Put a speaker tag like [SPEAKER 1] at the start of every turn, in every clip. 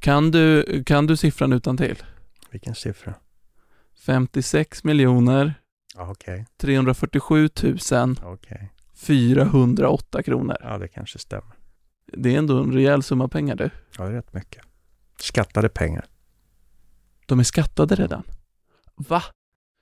[SPEAKER 1] Kan du, kan du siffran utan till?
[SPEAKER 2] Vilken siffra?
[SPEAKER 1] 56 miljoner
[SPEAKER 2] Ja, okej.
[SPEAKER 1] 347 000
[SPEAKER 2] Okej.
[SPEAKER 1] 408 kronor.
[SPEAKER 2] Ja, det kanske stämmer.
[SPEAKER 1] Det är ändå en rejäl summa pengar du.
[SPEAKER 2] Ja, det är rätt mycket. Skattade pengar.
[SPEAKER 1] De är skattade redan. Va?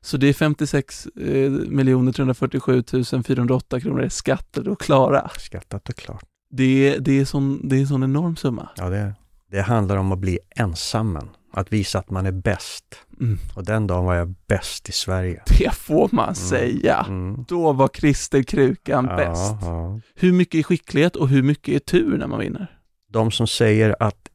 [SPEAKER 1] Så det är 56 eh, miljoner 347 408 kronor är skattade och klara.
[SPEAKER 2] Skattat och klart.
[SPEAKER 1] Det är, det är, sån, det är en sån enorm summa.
[SPEAKER 2] Ja, det är det. handlar om att bli ensammen. Att visa att man är bäst.
[SPEAKER 1] Mm.
[SPEAKER 2] Och den dagen var jag bäst i Sverige.
[SPEAKER 1] Det får man säga.
[SPEAKER 2] Mm.
[SPEAKER 1] Då var Christer Krukan bäst.
[SPEAKER 2] Ja, ja.
[SPEAKER 1] Hur mycket är skicklighet och hur mycket är tur när man vinner?
[SPEAKER 2] De som säger att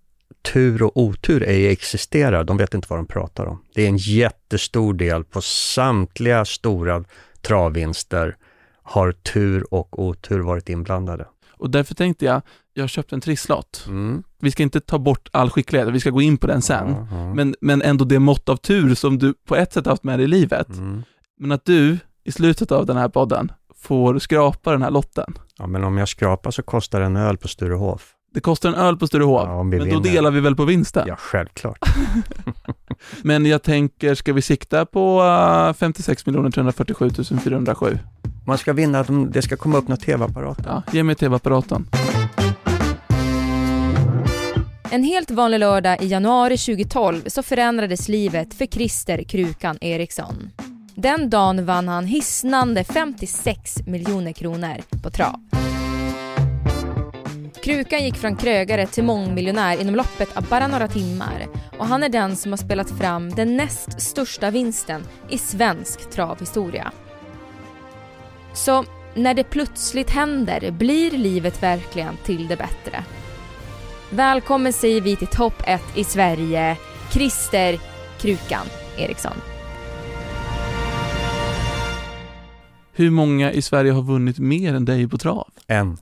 [SPEAKER 2] tur och otur ej existerar, de vet inte vad de pratar om. Det är en jättestor del på samtliga stora travvinster har tur och otur varit inblandade.
[SPEAKER 1] Och därför tänkte jag, jag köpte en trisslott.
[SPEAKER 2] Mm.
[SPEAKER 1] Vi ska inte ta bort all skicklighet, vi ska gå in på den sen.
[SPEAKER 2] Ja, ja.
[SPEAKER 1] Men, men ändå det mått av tur som du på ett sätt haft med dig i livet.
[SPEAKER 2] Mm.
[SPEAKER 1] Men att du i slutet av den här podden får skrapa den här lotten.
[SPEAKER 2] Ja, men om jag skrapar så kostar en öl på Sturehof.
[SPEAKER 1] Det kostar en öl på Sturehof,
[SPEAKER 2] Ja, om vi
[SPEAKER 1] men då
[SPEAKER 2] vinner.
[SPEAKER 1] delar vi väl på vinsten.
[SPEAKER 2] Ja, självklart.
[SPEAKER 1] Men jag tänker, ska vi sikta på eh, 56 347 407?
[SPEAKER 2] Man ska vinna, att de- det ska komma upp några tv-apparater.
[SPEAKER 1] Ja, ge mig tv-apparaten.
[SPEAKER 3] En helt vanlig lördag i januari 2012 så förändrades livet för Christer Krukan Eriksson. Den dagen vann han hisnande 56 miljoner kronor på trav. Krukan gick från krögare till mångmiljonär inom loppet av bara några timmar och han är den som har spelat fram den näst största vinsten i svensk travhistoria. Så när det plötsligt händer blir livet verkligen till det bättre. Välkommen säger vi till topp 1 i Sverige, Christer Krukan Eriksson.
[SPEAKER 1] Hur många i Sverige har vunnit mer än dig på trav?
[SPEAKER 2] En.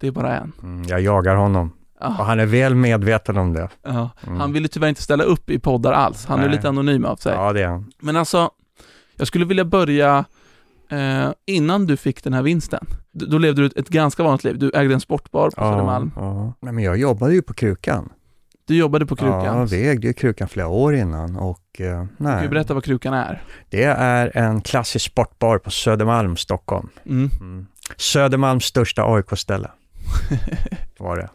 [SPEAKER 1] Det är bara en.
[SPEAKER 2] Mm, jag jagar honom.
[SPEAKER 1] Ja,
[SPEAKER 2] Och han är väl medveten om det.
[SPEAKER 1] ja.
[SPEAKER 2] Ah. Mm.
[SPEAKER 1] Han ville tyvärr inte ställa upp i poddar alls. Han är
[SPEAKER 2] Nej.
[SPEAKER 1] lite anonym av sig.
[SPEAKER 2] Ja, det är han.
[SPEAKER 1] Men alltså, jag skulle vilja börja eh, innan du fick den här vinsten. D- då levde du ett, ett ganska vanligt liv. Du ägde en sportbar på
[SPEAKER 2] Ja,
[SPEAKER 1] Södermalm.
[SPEAKER 2] ja. Nej, Men jag jobbade ju på Krukan.
[SPEAKER 1] Du jobbade på Krukan.
[SPEAKER 2] Ja, vi ägde ju Krukan flera år innan och eh,
[SPEAKER 1] Kan
[SPEAKER 2] nej.
[SPEAKER 1] du berätta vad Krukan är?
[SPEAKER 2] Det är en klassisk sportbar på Södermalm, Stockholm.
[SPEAKER 1] Mm.
[SPEAKER 2] Mm. Södermalms största AIK-ställe var det.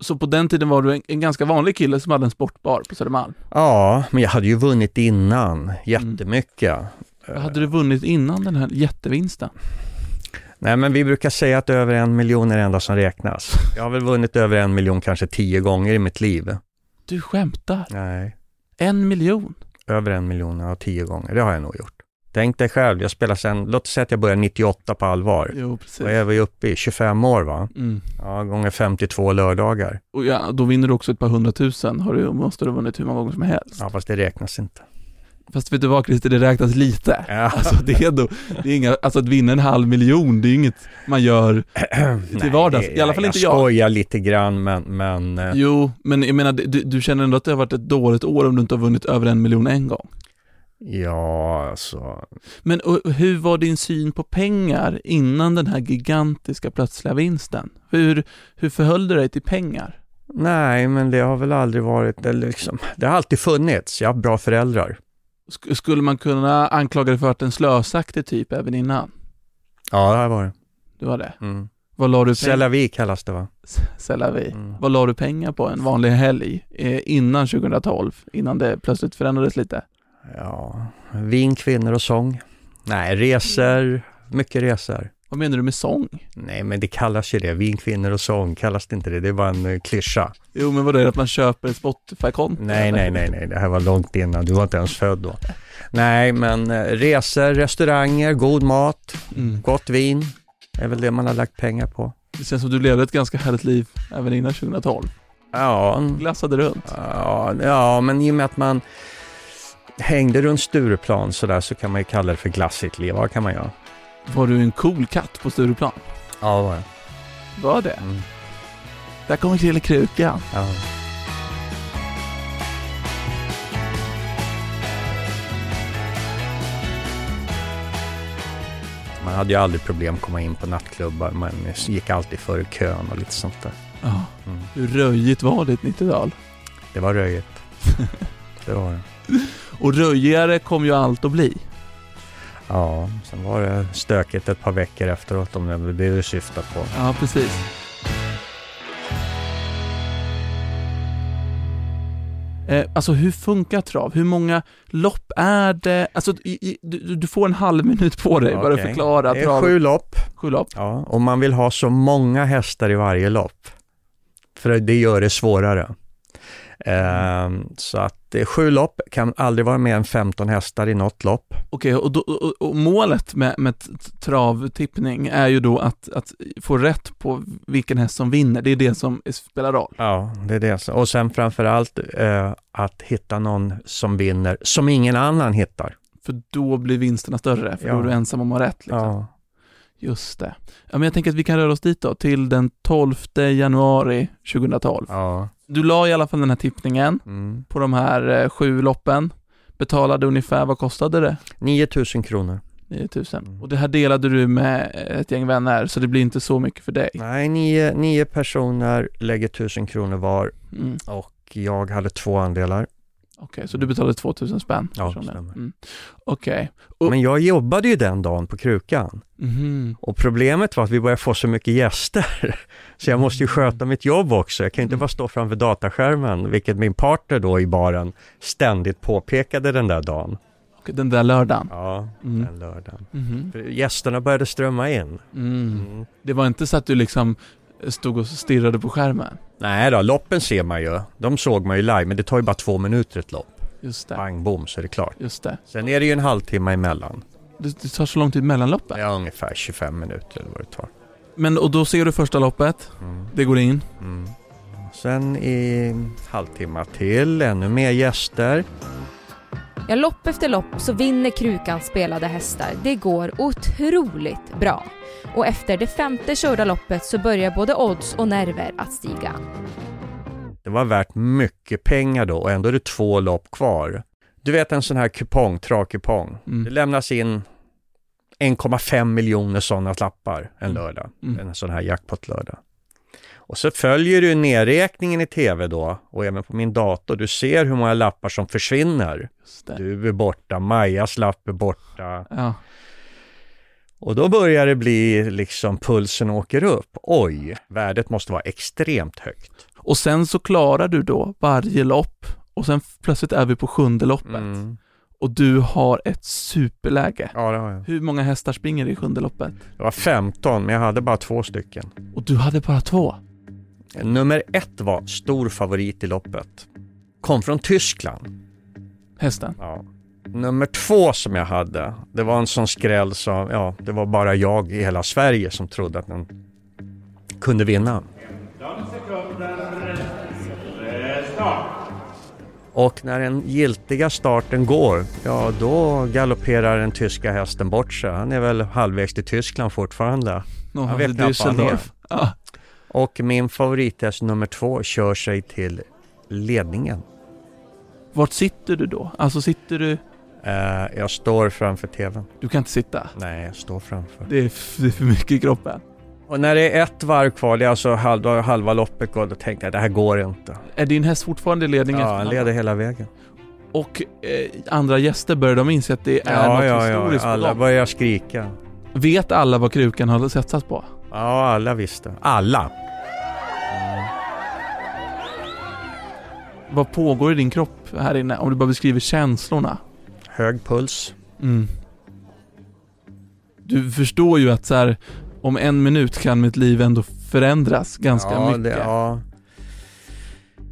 [SPEAKER 1] Så på den tiden var du en, en ganska vanlig kille som hade en sportbar på Södermalm.
[SPEAKER 2] Ja, men jag hade ju vunnit innan, jättemycket.
[SPEAKER 1] Mm.
[SPEAKER 2] Eh.
[SPEAKER 1] Vad hade du vunnit innan den här jättevinsten?
[SPEAKER 2] Nej, men vi brukar säga att över en miljon är det enda som räknas. Jag har väl vunnit över en miljon kanske tio gånger i mitt liv.
[SPEAKER 1] Du skämtar!
[SPEAKER 2] Nej,
[SPEAKER 1] En miljon!
[SPEAKER 2] över en miljon, ja tio gånger, det har jag nog gjort. Tänk dig själv, jag spelar sen, låt säga att jag börjar 98 på allvar.
[SPEAKER 1] Jo,
[SPEAKER 2] Då
[SPEAKER 1] precis.
[SPEAKER 2] är vi uppe i 25 år va?
[SPEAKER 1] Mm.
[SPEAKER 2] Ja, gånger 52 lördagar.
[SPEAKER 1] Och ja, då vinner du också ett par hundratusen. Har du, måste du ha vunnit hur många gånger som helst.
[SPEAKER 2] Ja, fast det räknas inte.
[SPEAKER 1] Fast vet du vad Christer, det räknas lite.
[SPEAKER 2] Ja.
[SPEAKER 1] Alltså det är ändå, det är inga, alltså att vinna en halv miljon, det är inget man gör till vardags. I alla fall inte
[SPEAKER 2] Jag
[SPEAKER 1] jag.
[SPEAKER 2] skojar lite grann, men, men eh,
[SPEAKER 1] Jo, men jag menar, du, du känner ändå att det har varit ett dåligt år om du inte har vunnit över en miljon en gång.
[SPEAKER 2] ja, alltså.
[SPEAKER 1] Men och, och hur var din syn på pengar innan den här gigantiska plötsliga vinsten? Hur, hur förhöll du dig till pengar?
[SPEAKER 2] Nej, men det har väl aldrig varit, eller liksom, det har alltid funnits. Jag har bra föräldrar.
[SPEAKER 1] Sk- skulle man kunna anklaga dig för att en slösaktig typ även innan?
[SPEAKER 2] Ja, det har varit.
[SPEAKER 1] Det var det.
[SPEAKER 2] Mm.
[SPEAKER 1] Vad la du pengar
[SPEAKER 2] Selavi kallas det va?
[SPEAKER 1] vi.
[SPEAKER 2] Mm.
[SPEAKER 1] Vad la du pengar på en vanlig helg eh, innan 2012? Innan det plötsligt förändrades lite?
[SPEAKER 2] Ja, vin, kvinnor och sång. Nej, resor, mycket resor.
[SPEAKER 1] Vad menar du med sång?
[SPEAKER 2] Nej, men det kallas ju det. Vin, kvinnor och sång kallas det inte det. Det är bara en eh, klyscha.
[SPEAKER 1] Jo men vadå, är det att man köper ett Spotify-konto?
[SPEAKER 2] Nej, nej, nej, nej. Det här var långt innan. Du var inte ens född då. Nej, men eh, resor, restauranger, god mat,
[SPEAKER 1] Mm.
[SPEAKER 2] gott vin. är väl det man har lagt pengar på.
[SPEAKER 1] Det känns som du levde ett ganska härligt liv även innan 2012.
[SPEAKER 2] Ja,
[SPEAKER 1] Glassade runt.
[SPEAKER 2] ja, ja men i och med att man hängde runt Stureplan sådär så kan man ju kalla det för glassigt liv. Vad kan man göra?
[SPEAKER 1] Var du en cool katt på Stureplan?
[SPEAKER 2] Ja, det var det.
[SPEAKER 1] Var det?
[SPEAKER 2] Mm.
[SPEAKER 1] Där kommer Krille Krukan.
[SPEAKER 2] Ja. Man hade ju aldrig problem att komma in på nattklubbar, man gick alltid före kön och lite sånt där.
[SPEAKER 1] Ja.
[SPEAKER 2] Mm.
[SPEAKER 1] Hur röjigt var ditt 90-tal?
[SPEAKER 2] Det var röjigt. det var det.
[SPEAKER 1] Och röjigare kom ju allt att bli.
[SPEAKER 2] Ja, sen var det stökigt ett par veckor efteråt om det var det du syftade på.
[SPEAKER 1] Ja, precis. Eh, alltså hur funkar trav? Hur många lopp är det? Alltså i, i, du, du får en halv minut på dig bara att
[SPEAKER 2] Okej.
[SPEAKER 1] förklara
[SPEAKER 2] Det är
[SPEAKER 1] trav.
[SPEAKER 2] sju lopp
[SPEAKER 1] sju lopp.
[SPEAKER 2] ja, och man vill ha så många hästar i varje lopp. För det gör det svårare. Ehm, så att det är sju lopp, kan aldrig vara mer än 15 hästar i något lopp.
[SPEAKER 1] Okej, och, då- och, och målet med, med t- travtippning är ju då att, att få rätt på vilken häst som vinner. Det är det som spelar roll.
[SPEAKER 2] Ja, det är det. som- Och sen framför allt eh, att hitta någon som vinner, som ingen annan hittar.
[SPEAKER 1] För då blir vinsterna större, för då
[SPEAKER 2] Ja.
[SPEAKER 1] är du ensam om att ha rätt. Liksom.
[SPEAKER 2] Ja.
[SPEAKER 1] Just det. Ja, men jag tänker att vi kan röra oss dit då, till den 12 januari 2012.
[SPEAKER 2] ja.
[SPEAKER 1] Du la i alla fall den här tippningen
[SPEAKER 2] Mm.
[SPEAKER 1] på de här eh, sju loppen, betalade ungefär, vad kostade det?
[SPEAKER 2] 9 000 kronor.
[SPEAKER 1] 9000.
[SPEAKER 2] Mm.
[SPEAKER 1] Och det här delade du med eh, ett gäng vänner, så det blir inte så mycket för dig.
[SPEAKER 2] Nej, nio, nio personer lägger 1000 kronor var
[SPEAKER 1] Mm.
[SPEAKER 2] och jag hade två andelar.
[SPEAKER 1] Okej, så du betalade 2000 spänn?
[SPEAKER 2] Ja,
[SPEAKER 1] personen.
[SPEAKER 2] stämmer.
[SPEAKER 1] Mm. Okej. Och-
[SPEAKER 2] Men jag jobbade ju den dagen på Krukan
[SPEAKER 1] Mhm.
[SPEAKER 2] och problemet var att vi började få så mycket gäster så jag måste ju sköta mitt jobb också. Jag kan ju inte
[SPEAKER 1] Mm.
[SPEAKER 2] bara stå framför dataskärmen, vilket min partner då i baren ständigt påpekade den där dagen.
[SPEAKER 1] Okej, den där lördagen.
[SPEAKER 2] Ja,
[SPEAKER 1] Mm.
[SPEAKER 2] den lördagen.
[SPEAKER 1] Mhm.
[SPEAKER 2] För Gästerna började strömma in.
[SPEAKER 1] Mm.
[SPEAKER 2] Mm.
[SPEAKER 1] Det var inte så att du liksom stod och stirrade på skärmen?
[SPEAKER 2] Nej då, loppen ser man ju. De såg man ju live, men det tar ju bara två minuter ett lopp.
[SPEAKER 1] Just det.
[SPEAKER 2] Bang bom så är det klart.
[SPEAKER 1] Just det.
[SPEAKER 2] Sen är det ju en halvtimme emellan.
[SPEAKER 1] Det, det tar så lång tid mellan loppen.
[SPEAKER 2] Ja, ungefär 25 minuter eller vad det tar.
[SPEAKER 1] Men och då ser du första loppet,
[SPEAKER 2] Mm.
[SPEAKER 1] det går in.
[SPEAKER 2] Mm. Sen i halvtimme till, ännu mer gäster.
[SPEAKER 3] Ja, lopp efter lopp så vinner Krukan spelade hästar. Det går otroligt bra. Och efter det femte körda loppet så börjar både odds och nerver att stiga.
[SPEAKER 2] Det var värt mycket pengar då och ändå är det två lopp kvar. Du vet en sån här kupong, travkupong. Det
[SPEAKER 1] Mm.
[SPEAKER 2] lämnas in 1,5 miljoner sådana lappar en
[SPEAKER 1] Mm.
[SPEAKER 2] lördag.
[SPEAKER 1] Mm.
[SPEAKER 2] En sån här jackpot-lördag. Och så följer du nerräkningen i tv då och även på min dator. Du ser hur många lappar som försvinner.
[SPEAKER 1] Just det.
[SPEAKER 2] Du är borta, Majas lapp är borta.
[SPEAKER 1] Ja.
[SPEAKER 2] Och då börjar det bli liksom pulsen åker upp. Oj, värdet måste vara extremt högt.
[SPEAKER 1] Och sen så klarar du då varje lopp och sen f- plötsligt är vi på sjunde loppet
[SPEAKER 2] Mm.
[SPEAKER 1] och du har ett superläge.
[SPEAKER 2] Ja, det har jag.
[SPEAKER 1] Hur många hästar springer i sjunde loppet?
[SPEAKER 2] Jag var 15, men jag hade bara två stycken.
[SPEAKER 1] Och du hade bara två.
[SPEAKER 2] Nummer ett var stor favorit i loppet. Kom från Tyskland.
[SPEAKER 1] Hästen.
[SPEAKER 2] Ja. Nummer två som jag hade, det var en sån skräll som, ja, det var bara jag i hela Sverige som trodde att den kunde vinna. Och när den giltiga starten går, ja då galopperar den tyska hästen bort sig. Han är väl halvvägs till Tyskland fortfarande.
[SPEAKER 1] Någon
[SPEAKER 2] Jag vet
[SPEAKER 1] i
[SPEAKER 2] knappt vad han är.
[SPEAKER 1] Düsseldorf. Ja.
[SPEAKER 2] Och min favorithäst nummer två kör sig till ledningen.
[SPEAKER 1] Vart sitter du då? Alltså sitter du...
[SPEAKER 2] Eh, jag står framför TVn.
[SPEAKER 1] Du kan inte sitta.
[SPEAKER 2] Nej, jag står framför.
[SPEAKER 1] Det är, f- det är för mycket i kroppen.
[SPEAKER 2] Och när det är ett varv kvar, det är alltså halva, halva loppet kvar, då tänkte jag det här går inte.
[SPEAKER 1] Är din häst fortfarande i ledningen?
[SPEAKER 2] Ja,
[SPEAKER 1] efter
[SPEAKER 2] han
[SPEAKER 1] den andra?
[SPEAKER 2] leder hela vägen.
[SPEAKER 1] Och eh, andra gäster börjar de inse att det är något historiskt på
[SPEAKER 2] alla
[SPEAKER 1] gång.
[SPEAKER 2] börjar skrika.
[SPEAKER 1] Vet alla vad krukan har satsat på?
[SPEAKER 2] Ja, alla visste. Alla.
[SPEAKER 1] Vad pågår i din kropp här inne? Om du bara beskriver känslorna.
[SPEAKER 2] Hög puls.
[SPEAKER 1] Mm. Du förstår ju att så här, om en minut kan mitt liv ändå förändras ganska
[SPEAKER 2] ja,
[SPEAKER 1] mycket.
[SPEAKER 2] Det, ja.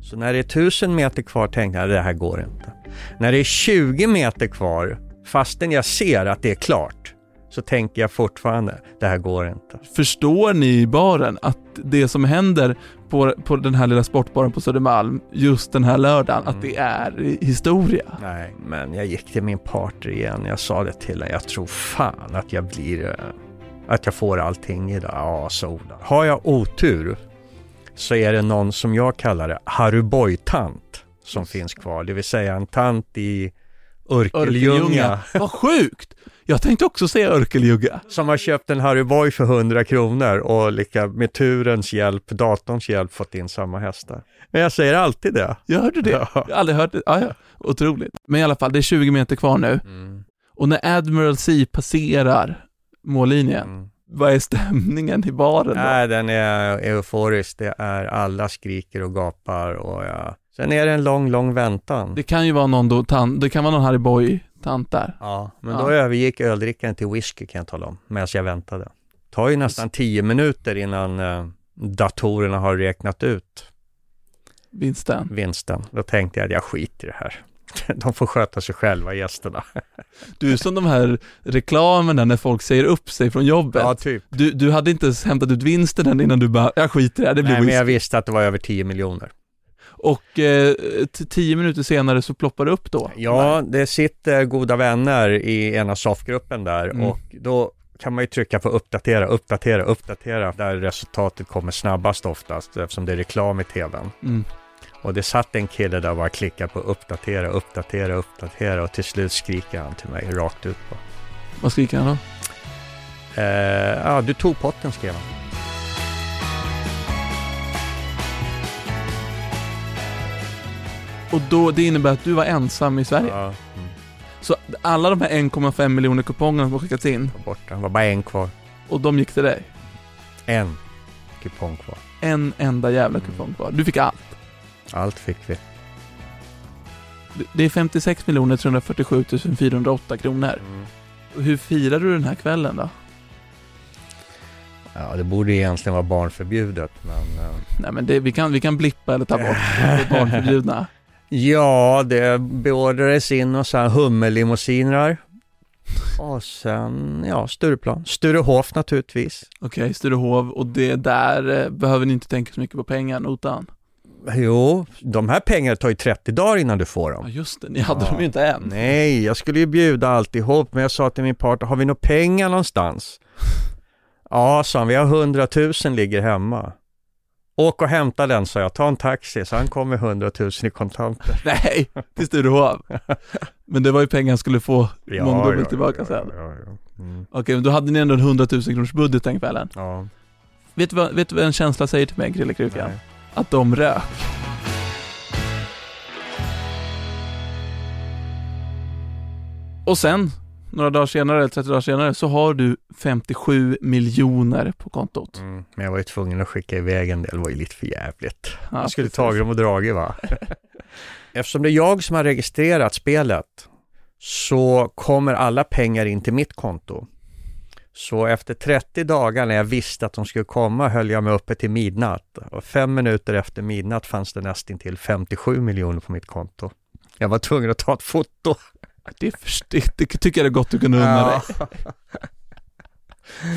[SPEAKER 2] Så när det är 1000 meter kvar tänkte jag det här går inte. När det är 20 meter kvar, fastän jag ser att det är klart, så tänker jag fortfarande det här går inte.
[SPEAKER 1] Förstår ni i baren att det som händer på, på den här lilla sportbaren på Södermalm just den här lördagen,
[SPEAKER 2] Mm.
[SPEAKER 1] att det är i- historia?
[SPEAKER 2] Nej, men jag gick till min partner igen. Jag sa det till henne. Jag tror fan att jag blir... eh, Att jag får allting idag. Ja, sola. Har jag otur så är det någon som jag kallar det, Harry Boy-tant, som finns kvar. Det vill säga en tant i Örkeljunga.
[SPEAKER 1] Vad sjukt! Jag tänkte också säga Örkeljunga.
[SPEAKER 2] Som har köpt en Harry Boy för 100 kronor och lika, med turens hjälp, datorns hjälp, fått in samma hästar. Men jag säger alltid det.
[SPEAKER 1] Jag hörde det.
[SPEAKER 2] Ja.
[SPEAKER 1] Jag har aldrig hört det. Ja, ja. Otroligt. Men i alla fall, det är 20 meter kvar nu.
[SPEAKER 2] Mm.
[SPEAKER 1] Och när Admiral C passerar mållinjen,
[SPEAKER 2] Mm. Äh.
[SPEAKER 1] vad är stämningen i baren då?
[SPEAKER 2] Nej, den är euforisk. Det är alla skriker och gapar och ja. Sen är det en lång, lång väntan.
[SPEAKER 1] Det kan ju vara någon då, tan, det kan vara någon Harry Boy-tant där.
[SPEAKER 2] Ja, men
[SPEAKER 1] Ja.
[SPEAKER 2] då övergick öldrickandet till whisky kan jag tala om, medan jag väntade. Det tar ju nästan tio minuter innan eh, datorerna har räknat ut
[SPEAKER 1] Vinsten.
[SPEAKER 2] vinsten. Då tänkte jag att jag skiter i det här. De får sköta sig själva, gästerna.
[SPEAKER 1] Du är som de här reklamerna när folk säger upp sig från jobbet.
[SPEAKER 2] Ja, typ.
[SPEAKER 1] Du, du hade inte ens hämtat ut vinsten än innan du bara, jag skiter i det här, det blir
[SPEAKER 2] Nej, men
[SPEAKER 1] whisky.
[SPEAKER 2] jag visste att det var över 10 miljoner.
[SPEAKER 1] Och eh, t- tio minuter senare så ploppar det upp då.
[SPEAKER 2] Ja, det sitter goda vänner i ena soffgruppen där
[SPEAKER 1] Mm.
[SPEAKER 2] och då kan man ju trycka på uppdatera, uppdatera, uppdatera där resultatet kommer snabbast oftast eftersom det är reklam i tvn.
[SPEAKER 1] Mm.
[SPEAKER 2] Och det satt en kille där och bara klickade på uppdatera, uppdatera, uppdatera och till slut skriker han till mig rakt ut på.
[SPEAKER 1] Vad skriker han då?
[SPEAKER 2] Eh, ja, du tog potten skrev han.
[SPEAKER 1] Och då, det innebär att du var ensam i Sverige.
[SPEAKER 2] Ja, mm,
[SPEAKER 1] Så alla de här 1,5 miljoner kupongerna som har skickats in,
[SPEAKER 2] var borta. Det var bara en kvar.
[SPEAKER 1] och de gick till dig.
[SPEAKER 2] En kupong kvar.
[SPEAKER 1] En enda jävla
[SPEAKER 2] Mm.
[SPEAKER 1] kupong kvar. Du fick allt.
[SPEAKER 2] Allt fick vi.
[SPEAKER 1] Det- Det är 56 347 408 kronor.
[SPEAKER 2] Mm.
[SPEAKER 1] Och Hur firar du den här kvällen då?
[SPEAKER 2] Ja, det borde egentligen vara barnförbjudet, men... Eh,
[SPEAKER 1] Nej men det, vi, kan, vi kan blippa eller ta bort det barnförbjudna.
[SPEAKER 2] Ja, det beordrades in och så här hummerlimousiner. Och sen, ja, Stureplan. Sturehof naturligtvis.
[SPEAKER 1] Okej, Sturehov och det där eh, behöver ni inte tänka så mycket på pengar, notan.
[SPEAKER 2] Jo, de här pengarna tar ju 30 dagar innan du får
[SPEAKER 1] Ja
[SPEAKER 2] dem.
[SPEAKER 1] just det, ni hade
[SPEAKER 2] Ja.
[SPEAKER 1] dem ju inte än.
[SPEAKER 2] Nej, jag skulle ju bjuda alltihop, men jag sa till min partner, har vi några pengar någonstans? Ja, sa han, vi har 100 000 ligger hemma. Åk och hämta den, sa jag. Ta en taxi, så han kom med 100 000 i kontanter.
[SPEAKER 1] Nej, till Sturehov. Men det var ju pengar han skulle få mångdubbelt tillbaka sen.
[SPEAKER 2] Ja, ja. Mm.
[SPEAKER 1] Okej, men då hade ni ändå en 100 000 kronors budget den kvällen.
[SPEAKER 2] ja
[SPEAKER 1] Vet du vad, vet du vad en känsla säger till mig, Grillekrukan?
[SPEAKER 2] nej.
[SPEAKER 1] Att de rök. Och sen, några dagar senare, eller 30 dagar senare, så har du 57 miljoner på kontot.
[SPEAKER 2] Mm, men jag var ju tvungen att skicka iväg en del, det var ju lite för jävligt.
[SPEAKER 1] Ja,
[SPEAKER 2] Jag skulle
[SPEAKER 1] precis.
[SPEAKER 2] tagit dem och dragit va? Eftersom det är jag som har registrerat spelet så kommer alla pengar in till mitt konto. Så efter 30 dagar när jag visste att de skulle komma höll jag mig uppe till midnatt. Och fem minuter efter midnatt fanns det nästintill 57 miljoner på mitt konto. Jag var tvungen att ta ett foto.
[SPEAKER 1] Det, förs- det, det tycker jag är gott du kunde unna dig.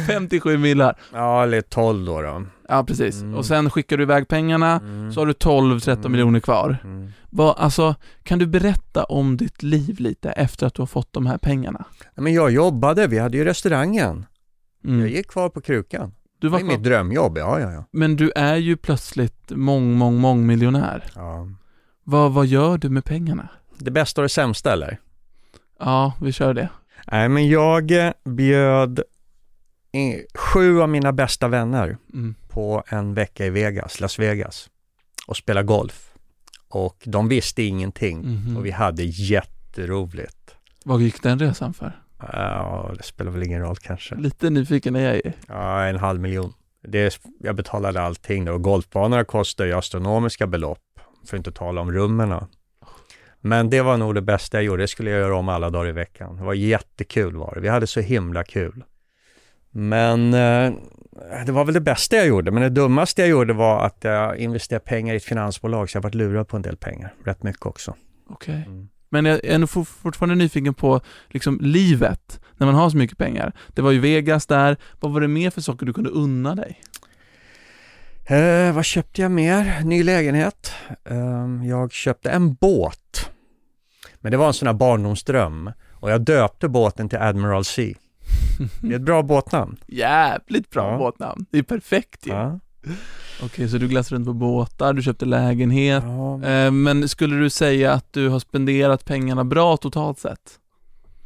[SPEAKER 1] 57 millar.
[SPEAKER 2] ja, eller 12 då. då.
[SPEAKER 1] Ja, precis.
[SPEAKER 2] Mm.
[SPEAKER 1] Och sen skickar du iväg pengarna,
[SPEAKER 2] Mm.
[SPEAKER 1] så har du 12-13
[SPEAKER 2] Mm.
[SPEAKER 1] miljoner kvar.
[SPEAKER 2] Mm.
[SPEAKER 1] Vad, alltså, kan du berätta om ditt liv lite efter att du har fått de här pengarna?
[SPEAKER 2] Men jag jobbade, vi hade ju restaurangen.
[SPEAKER 1] Mm.
[SPEAKER 2] Jag gick kvar på krukan.
[SPEAKER 1] du
[SPEAKER 2] Det
[SPEAKER 1] var
[SPEAKER 2] är mitt drömjobb, ja, ja, ja.
[SPEAKER 1] Men du är ju plötsligt mång, mång, mång miljonär.
[SPEAKER 2] ja.
[SPEAKER 1] Vad, vad gör du med pengarna?
[SPEAKER 2] Det bästa och det sämsta eller?
[SPEAKER 1] Ja, vi kör det.
[SPEAKER 2] Nej, men jag eh, bjöd i- sju av mina bästa vänner
[SPEAKER 1] Mm.
[SPEAKER 2] på en vecka i Vegas, Las Vegas och spelade golf. Och de visste ingenting
[SPEAKER 1] Mhm.
[SPEAKER 2] och vi hade jätteroligt.
[SPEAKER 1] Vad gick den resan för?
[SPEAKER 2] Ja, det spelar väl ingen roll kanske.
[SPEAKER 1] Lite nyfiken är jag ju.
[SPEAKER 2] Ja, en halv miljon. Det, är- jag betalade allting då. och Golfbanorna kostar ju astronomiska belopp, för att inte tala om rummen. Men det var nog det bästa jag gjorde. Det skulle jag göra om alla dagar i veckan. Det var jättekul var det. Vi hade så himla kul. Men eh, det var väl det bästa jag gjorde. Men det dummaste jag gjorde var att jag investerade pengar i ett finansbolag, så jag varit lurad på en del pengar. Rätt mycket också.
[SPEAKER 1] Okej.
[SPEAKER 2] Mm.
[SPEAKER 1] Men jag är nog for- fortfarande nyfiken på liksom, livet, när man har så mycket pengar. Det var ju Vegas där. Vad var det mer för saker du kunde unna dig?
[SPEAKER 2] Eh, vad köpte jag mer? Ny lägenhet. Ehm, jag köpte en båt. Men det var en sån här barndomsdröm. Och jag döpte båten till Admiral Sea. Det är ett bra båtnamn.
[SPEAKER 1] Jävligt bra
[SPEAKER 2] Ja.
[SPEAKER 1] båtnamn. Det är perfekt ju.
[SPEAKER 2] Ja.
[SPEAKER 1] Okej, så du glassade runt på båtar, du köpte lägenhet.
[SPEAKER 2] Ja.
[SPEAKER 1] Eh, Men skulle du säga att du har spenderat pengarna bra totalt sett?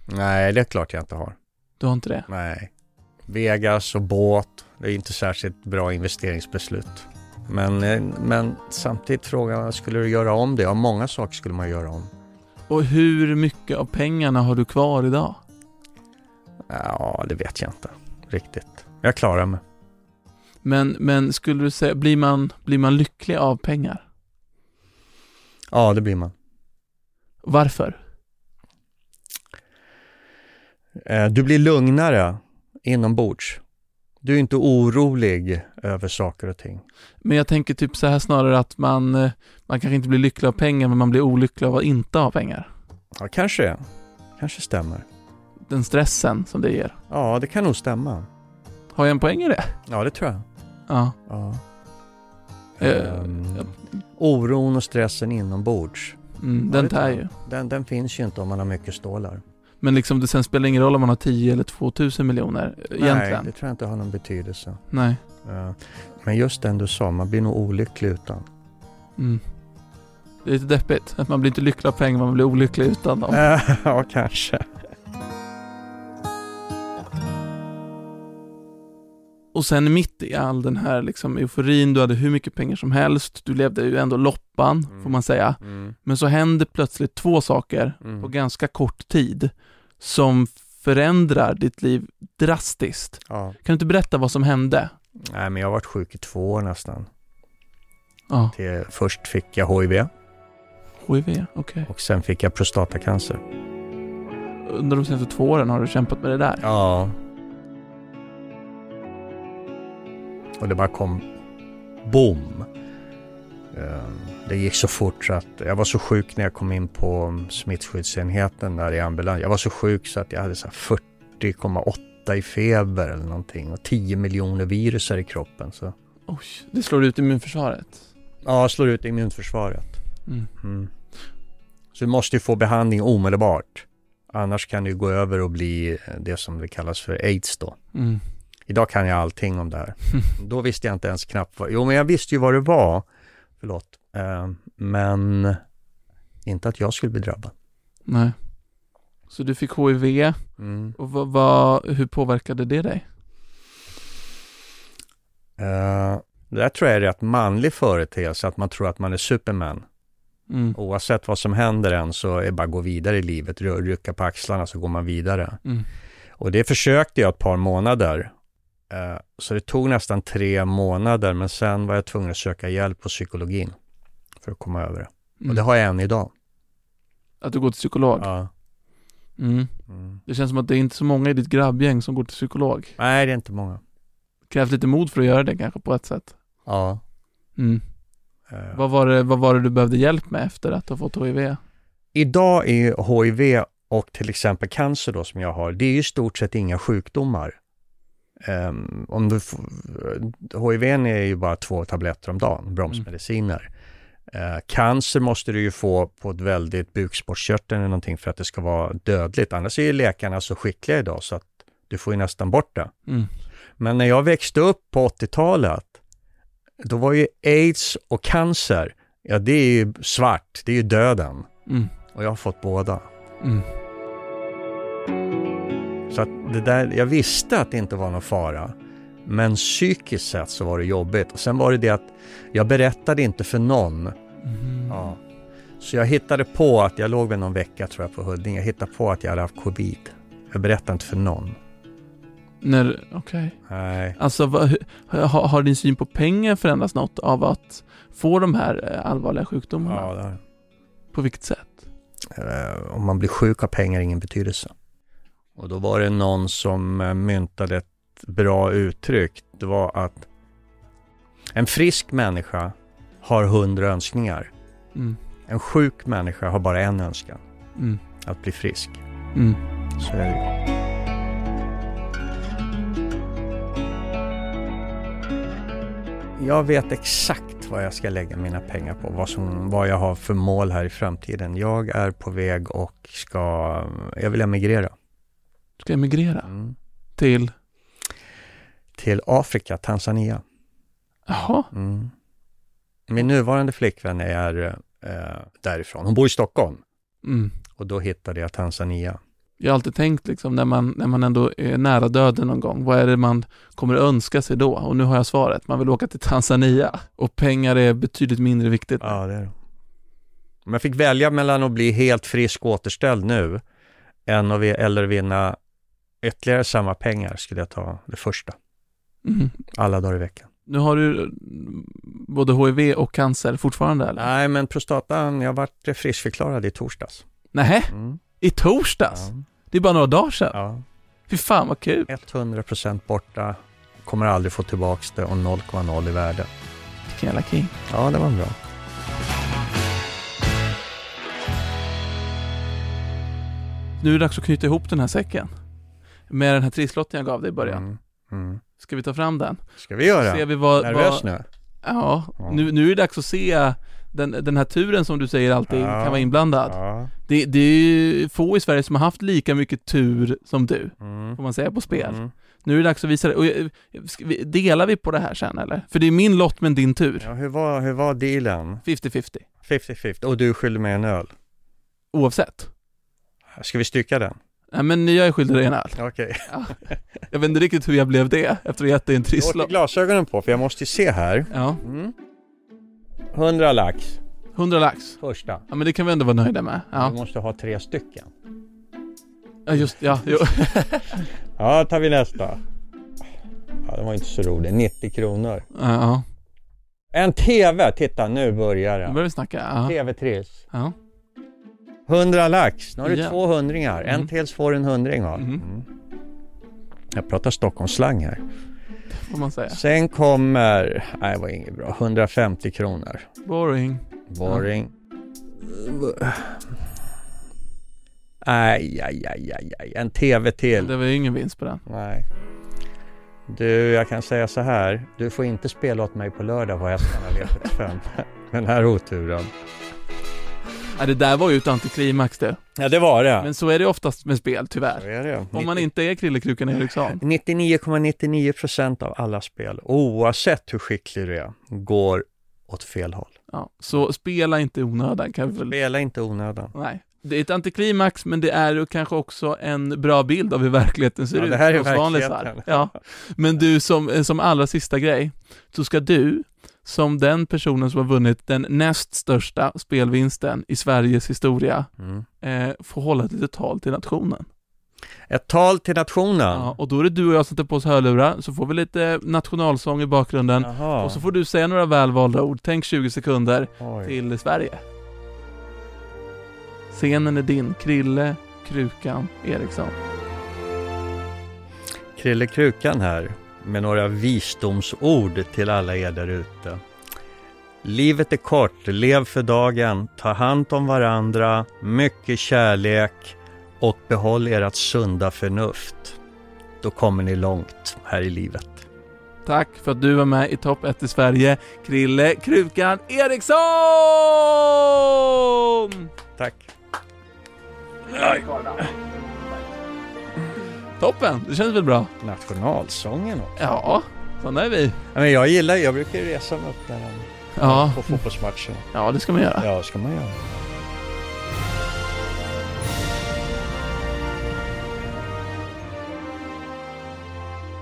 [SPEAKER 2] Nej, det är klart jag inte har.
[SPEAKER 1] Du har inte det?
[SPEAKER 2] Nej. Vegas och båt, det är inte särskilt bra investeringsbeslut. Men, eh, men samtidigt frågan, vad skulle du göra om det? Ja, många saker skulle man göra om.
[SPEAKER 1] Och hur mycket av pengarna har du kvar idag?
[SPEAKER 2] Ja, det vet jag inte riktigt. Jag klarar mig.
[SPEAKER 1] Men, men skulle du säga, blir man, blir man lycklig av pengar?
[SPEAKER 2] Ja, det blir man.
[SPEAKER 1] Varför?
[SPEAKER 2] Eh, Du blir lugnare inombords. Du är inte orolig över saker och ting.
[SPEAKER 1] Men jag tänker typ så här snarare att man, eh, man kanske inte blir lycklig av pengar, men man blir olycklig av att inte ha pengar.
[SPEAKER 2] Ja, kanske. Kanske stämmer.
[SPEAKER 1] Den stressen som det ger.
[SPEAKER 2] Ja, det kan nog stämma.
[SPEAKER 1] Har jag en poäng i det?
[SPEAKER 2] Ja, det tror jag.
[SPEAKER 1] Ja.
[SPEAKER 2] Ja.
[SPEAKER 1] Eh,
[SPEAKER 2] Ehm,
[SPEAKER 1] ja.
[SPEAKER 2] Oron och stressen inombords.
[SPEAKER 1] Mm, den
[SPEAKER 2] Ja, det tror
[SPEAKER 1] tär
[SPEAKER 2] jag.
[SPEAKER 1] ju.
[SPEAKER 2] Den, den finns ju inte om man har mycket stålar.
[SPEAKER 1] Men liksom, det sen spelar det ingen roll om man har 10 eller 2000 miljoner eh,
[SPEAKER 2] Nej,
[SPEAKER 1] egentligen.
[SPEAKER 2] det tror jag inte har någon betydelse.
[SPEAKER 1] Nej.
[SPEAKER 2] Eh, Men just den du sa, man blir nog olycklig utan.
[SPEAKER 1] Mm. Det är lite deppigt. Att man blir inte lycklig av pengar, man blir olycklig utan dem.
[SPEAKER 2] ja, kanske.
[SPEAKER 1] Och sen mitt i all den här liksom euforin, du hade hur mycket pengar som helst, du levde ju ändå loppan,
[SPEAKER 2] Mm.
[SPEAKER 1] får man säga. Men så händer plötsligt två saker
[SPEAKER 2] Mm.
[SPEAKER 1] på ganska kort tid som förändrar ditt liv drastiskt.
[SPEAKER 2] Ja.
[SPEAKER 1] Kan du inte berätta vad som hände?
[SPEAKER 2] Nej, men jag har varit sjuk i två år nästan.
[SPEAKER 1] Ja,
[SPEAKER 2] Till, först fick jag HIV
[SPEAKER 1] HIV, okej.
[SPEAKER 2] och sen fick jag prostatacancer.
[SPEAKER 1] Under de senaste två åren har du kämpat med det där?
[SPEAKER 2] Ja. Och det bara kom boom. Eh, Det gick så fort så att jag var så sjuk när jag kom in på smittskyddsenheten där i ambulans. Jag var så sjuk så att jag hade så här 40,8 i feber eller någonting och 10 miljoner viruser i kroppen. Så.
[SPEAKER 1] Oj, det slår ut immunförsvaret.
[SPEAKER 2] Ja, slår ut immunförsvaret.
[SPEAKER 1] Mm.
[SPEAKER 2] Mm. Så du måste ju få behandling omedelbart. Annars kan det ju gå över och bli eh, det som det kallas för aids då.
[SPEAKER 1] Mm.
[SPEAKER 2] Idag kan jag allting om det här. Då visste jag inte ens knappt vad, jo men jag visste ju vad det var. Förlåt. Eh, men inte att jag skulle bli drabbad.
[SPEAKER 1] Nej. Så du fick HIV,
[SPEAKER 2] Mm.
[SPEAKER 1] och vad, vad, hur påverkade det dig?
[SPEAKER 2] Eh, det där tror jag är rätt manlig företeelse, att man tror att man är superman.
[SPEAKER 1] Mm.
[SPEAKER 2] Oh. Oavsett vad som händer en så är det bara att gå vidare i livet, Rö- rycka på axlarna så går man vidare.
[SPEAKER 1] Mm.
[SPEAKER 2] Och det försökte jag ett par månader. Eh, så det tog nästan tre månader, men sen var jag tvungen att söka hjälp på psykologin för att komma över det. Och det
[SPEAKER 1] Mm.
[SPEAKER 2] har jag än idag.
[SPEAKER 1] Att du går till psykolog?
[SPEAKER 2] Ja.
[SPEAKER 1] Mm.
[SPEAKER 2] Mm.
[SPEAKER 1] Det känns som att det är inte så många i ditt grabbgäng som går till psykolog.
[SPEAKER 2] Nej, det är inte många.
[SPEAKER 1] Det krävs lite mod för att göra det kanske på ett sätt.
[SPEAKER 2] Ja.
[SPEAKER 1] Mm.
[SPEAKER 2] eh.
[SPEAKER 1] Vad, var det, vad var det du behövde hjälp med efter att ha fått HIV?
[SPEAKER 2] Idag är ju HIV och till exempel cancer då som jag har, det är ju i stort sett inga sjukdomar. Um, om du f- HIV är ju bara två tabletter om dagen, bromsmediciner. Eh, cancer måste du ju få på ett väldigt bukspottkörteln eller någonting för att det ska vara dödligt. Annars är ju läkarna så skickliga idag så att du får ju nästan bort det.
[SPEAKER 1] Mm.
[SPEAKER 2] Men när jag växte upp på 80-talet, då var ju aids och cancer, ja det är ju svart, det är ju döden.
[SPEAKER 1] Mm.
[SPEAKER 2] Och jag har fått båda.
[SPEAKER 1] Mm.
[SPEAKER 2] Så att det där, jag visste att det inte var någon fara. Men psykiskt sett så var det jobbigt. Och sen var det det att jag berättade inte för någon.
[SPEAKER 1] Mm.
[SPEAKER 2] Ja. Så jag hittade på att, jag låg väl någon vecka tror jag på Huddinge, jag hittade på att jag hade haft covid. Jag berättade inte för någon.
[SPEAKER 1] När- Okej.
[SPEAKER 2] Nej.
[SPEAKER 1] Alltså, vad, hur- har, har din syn på pengar förändrats något av att få de här eh, allvarliga sjukdomarna?
[SPEAKER 2] Ja, där.
[SPEAKER 1] På vilket sätt?
[SPEAKER 2] Eh, om man blir sjuk har pengar ingen betydelse. Och då var det någon som eh, myntade ett bra uttryck. Det var att en frisk människa har hundra önskningar.
[SPEAKER 1] Mm.
[SPEAKER 2] En sjuk människa har bara en önskan,
[SPEAKER 1] Mm.
[SPEAKER 2] att bli frisk.
[SPEAKER 1] Mm.
[SPEAKER 2] Så är det ju. Jag vet exakt vad jag ska lägga mina pengar på, vad, som, vad jag har för mål här i framtiden. Jag är på väg och ska, jag vill emigrera.
[SPEAKER 1] Du ska emigrera
[SPEAKER 2] Mm.
[SPEAKER 1] till?
[SPEAKER 2] Till Afrika, Tanzania.
[SPEAKER 1] Jaha,
[SPEAKER 2] Mm. Min nuvarande flickvän är eh, därifrån. Hon bor i Stockholm
[SPEAKER 1] mm.
[SPEAKER 2] och då hittade jag Tanzania.
[SPEAKER 1] Jag har alltid tänkt liksom när man, när man ändå är nära döden någon gång, vad är det man kommer att önska sig då? Och nu har jag svaret, man vill åka till Tanzania och pengar är betydligt mindre viktigt.
[SPEAKER 2] Ja, det är det. Om jag fick välja mellan att bli helt frisk och återställd nu än att vi, eller vinna ytterligare samma pengar skulle jag ta det första,
[SPEAKER 1] Mhm.
[SPEAKER 2] alla dagar i veckan.
[SPEAKER 1] Nu har du eh, både HIV och cancer fortfarande eller?
[SPEAKER 2] Nej, men prostatan, jag vart friskförklarad i torsdags.
[SPEAKER 1] Nej,
[SPEAKER 2] Mm.
[SPEAKER 1] i torsdags? Det är bara några dagar sedan.
[SPEAKER 2] Ja,
[SPEAKER 1] Fy fan vad kul.
[SPEAKER 2] ja. 100% borta, kommer aldrig få tillbaks det och 0,0 i värde.
[SPEAKER 1] Vilken jävla king.
[SPEAKER 2] Ja, det var bra.
[SPEAKER 1] Nu är det dags att knyta ihop den här säcken. Med den här trisslotten jag gav dig i början.
[SPEAKER 2] Mm. Mm.
[SPEAKER 1] Ska vi ta fram den?
[SPEAKER 2] Ska vi göra?
[SPEAKER 1] Ser vi vad...
[SPEAKER 2] Nervös
[SPEAKER 1] vad
[SPEAKER 2] nu?
[SPEAKER 1] ja,
[SPEAKER 2] Ja.
[SPEAKER 1] Nu, nu är det dags att se den, den här turen som du säger alltid
[SPEAKER 2] Ja.
[SPEAKER 1] kan vara inblandad.
[SPEAKER 2] Ja.
[SPEAKER 1] Det, det är ju få i Sverige som har haft lika mycket tur som du,
[SPEAKER 2] Mm.
[SPEAKER 1] får man säga, på spel.
[SPEAKER 2] Mm.
[SPEAKER 1] Nu är det dags att visa det. Och, jag- ska vi, delar vi på det här sen eller? För det är min lott men din tur.
[SPEAKER 2] Ja, hur var, hur var dealen?
[SPEAKER 1] 50-50.
[SPEAKER 2] 50-50. Och du skyllde mig en öl.
[SPEAKER 1] Oavsett.
[SPEAKER 2] Ska vi stycka den?
[SPEAKER 1] Nej men jag är skyldig dig en öl.
[SPEAKER 2] Okej.
[SPEAKER 1] Jag vet inte riktigt hur jag blev det efter att ha gett dig en
[SPEAKER 2] Jag åker
[SPEAKER 1] trisslott.
[SPEAKER 2] glasögonen på för jag måste ju se här.
[SPEAKER 1] Ja,
[SPEAKER 2] 100 lax.
[SPEAKER 1] 100 lax.
[SPEAKER 2] Första.
[SPEAKER 1] Ja men det kan vi ändå vara nöjda med.
[SPEAKER 2] Du
[SPEAKER 1] Ja,
[SPEAKER 2] måste ha tre stycken.
[SPEAKER 1] ja just ja. Jo.
[SPEAKER 2] Ja, tar vi nästa. Ja, det var inte så roligt. 90 kronor.
[SPEAKER 1] Ja, ja.
[SPEAKER 2] En TV! Titta, nu börjar
[SPEAKER 1] Nu
[SPEAKER 2] det.
[SPEAKER 1] börjar vi snacka. Ja.
[SPEAKER 2] TV-triss.
[SPEAKER 1] ja.
[SPEAKER 2] 100 lax. Nu har du
[SPEAKER 1] Ja.
[SPEAKER 2] två hundringar. En
[SPEAKER 1] Mm.
[SPEAKER 2] till får en hundring av.
[SPEAKER 1] Mhm.
[SPEAKER 2] Mm. Jag pratar Stockholmsslang här.
[SPEAKER 1] Får man säga.
[SPEAKER 2] Sen kommer... Nej, det var inget bra. 150 kronor.
[SPEAKER 1] Boring.
[SPEAKER 2] Boring. Aj, aj, aj, aj, aj. En TV till.
[SPEAKER 1] Det var ju ingen vinst på den.
[SPEAKER 2] Nej. Du, jag kan säga så här. Du får inte spela åt mig på lördag vad jag spelar V75. Men här oturen.
[SPEAKER 1] Ja, det där var ju ett antiklimax det.
[SPEAKER 2] Ja, det var det.
[SPEAKER 1] Men så är det oftast med spel
[SPEAKER 2] Så
[SPEAKER 1] tyvärr.
[SPEAKER 2] är det.
[SPEAKER 1] Om man
[SPEAKER 2] 90
[SPEAKER 1] inte är Krillekrukan Eriksson.
[SPEAKER 2] 99,99 procent av alla spel, oavsett hur skicklig du är, går åt fel håll.
[SPEAKER 1] Ja. Så spela inte i onödan kan vi väl...
[SPEAKER 2] Spela inte i onödan.
[SPEAKER 1] Nej. Det är ett antiklimax men det är ju kanske också en bra bild av hur verkligheten ser
[SPEAKER 2] Ja,
[SPEAKER 1] ut.
[SPEAKER 2] det här är
[SPEAKER 1] hos vanlisar.
[SPEAKER 2] verkligheten.
[SPEAKER 1] Ja. Men du som, eh, som allra sista grej, så ska du som den personen som har vunnit den näst största spelvinsten i Sveriges historia
[SPEAKER 2] Mm.
[SPEAKER 1] eh, få hålla ett litet tal till nationen.
[SPEAKER 2] Ett tal till nationen.
[SPEAKER 1] Ja, och då är det du och jag som sätter på oss hörlurar, så får vi lite nationalsång i bakgrunden
[SPEAKER 2] Jaha.
[SPEAKER 1] och så får du säga några välvalda ord, tänk 20 sekunder,
[SPEAKER 2] Oj.
[SPEAKER 1] till Sverige. Scenen är din, Krille, Krukan, Eriksson.
[SPEAKER 2] Krille Krukan här med några visdomsord till alla er där ute. Livet är kort, lev för dagen, ta hand om varandra, mycket kärlek och behåll ert sunda förnuft. Då kommer ni långt här i livet.
[SPEAKER 1] Tack för att du var med i Topp 1 i Sverige, Krille, Krukan, Eriksson!
[SPEAKER 2] Tack!
[SPEAKER 1] Toppen, det känns väl bra?
[SPEAKER 2] Nationalsången också.
[SPEAKER 1] Ja, sådana är vi.
[SPEAKER 2] Ja, Men jag gillar, jag brukar resa mig upp när den
[SPEAKER 1] Ja,
[SPEAKER 2] på fotbollsmatchen.
[SPEAKER 1] ja det ska man göra.
[SPEAKER 2] Ja, ska man göra.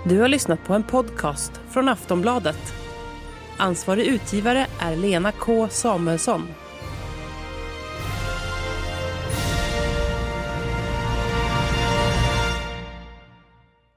[SPEAKER 4] Du har lyssnat på en podcast från Aftonbladet. Ansvarig utgivare är Lena K Samuelsson.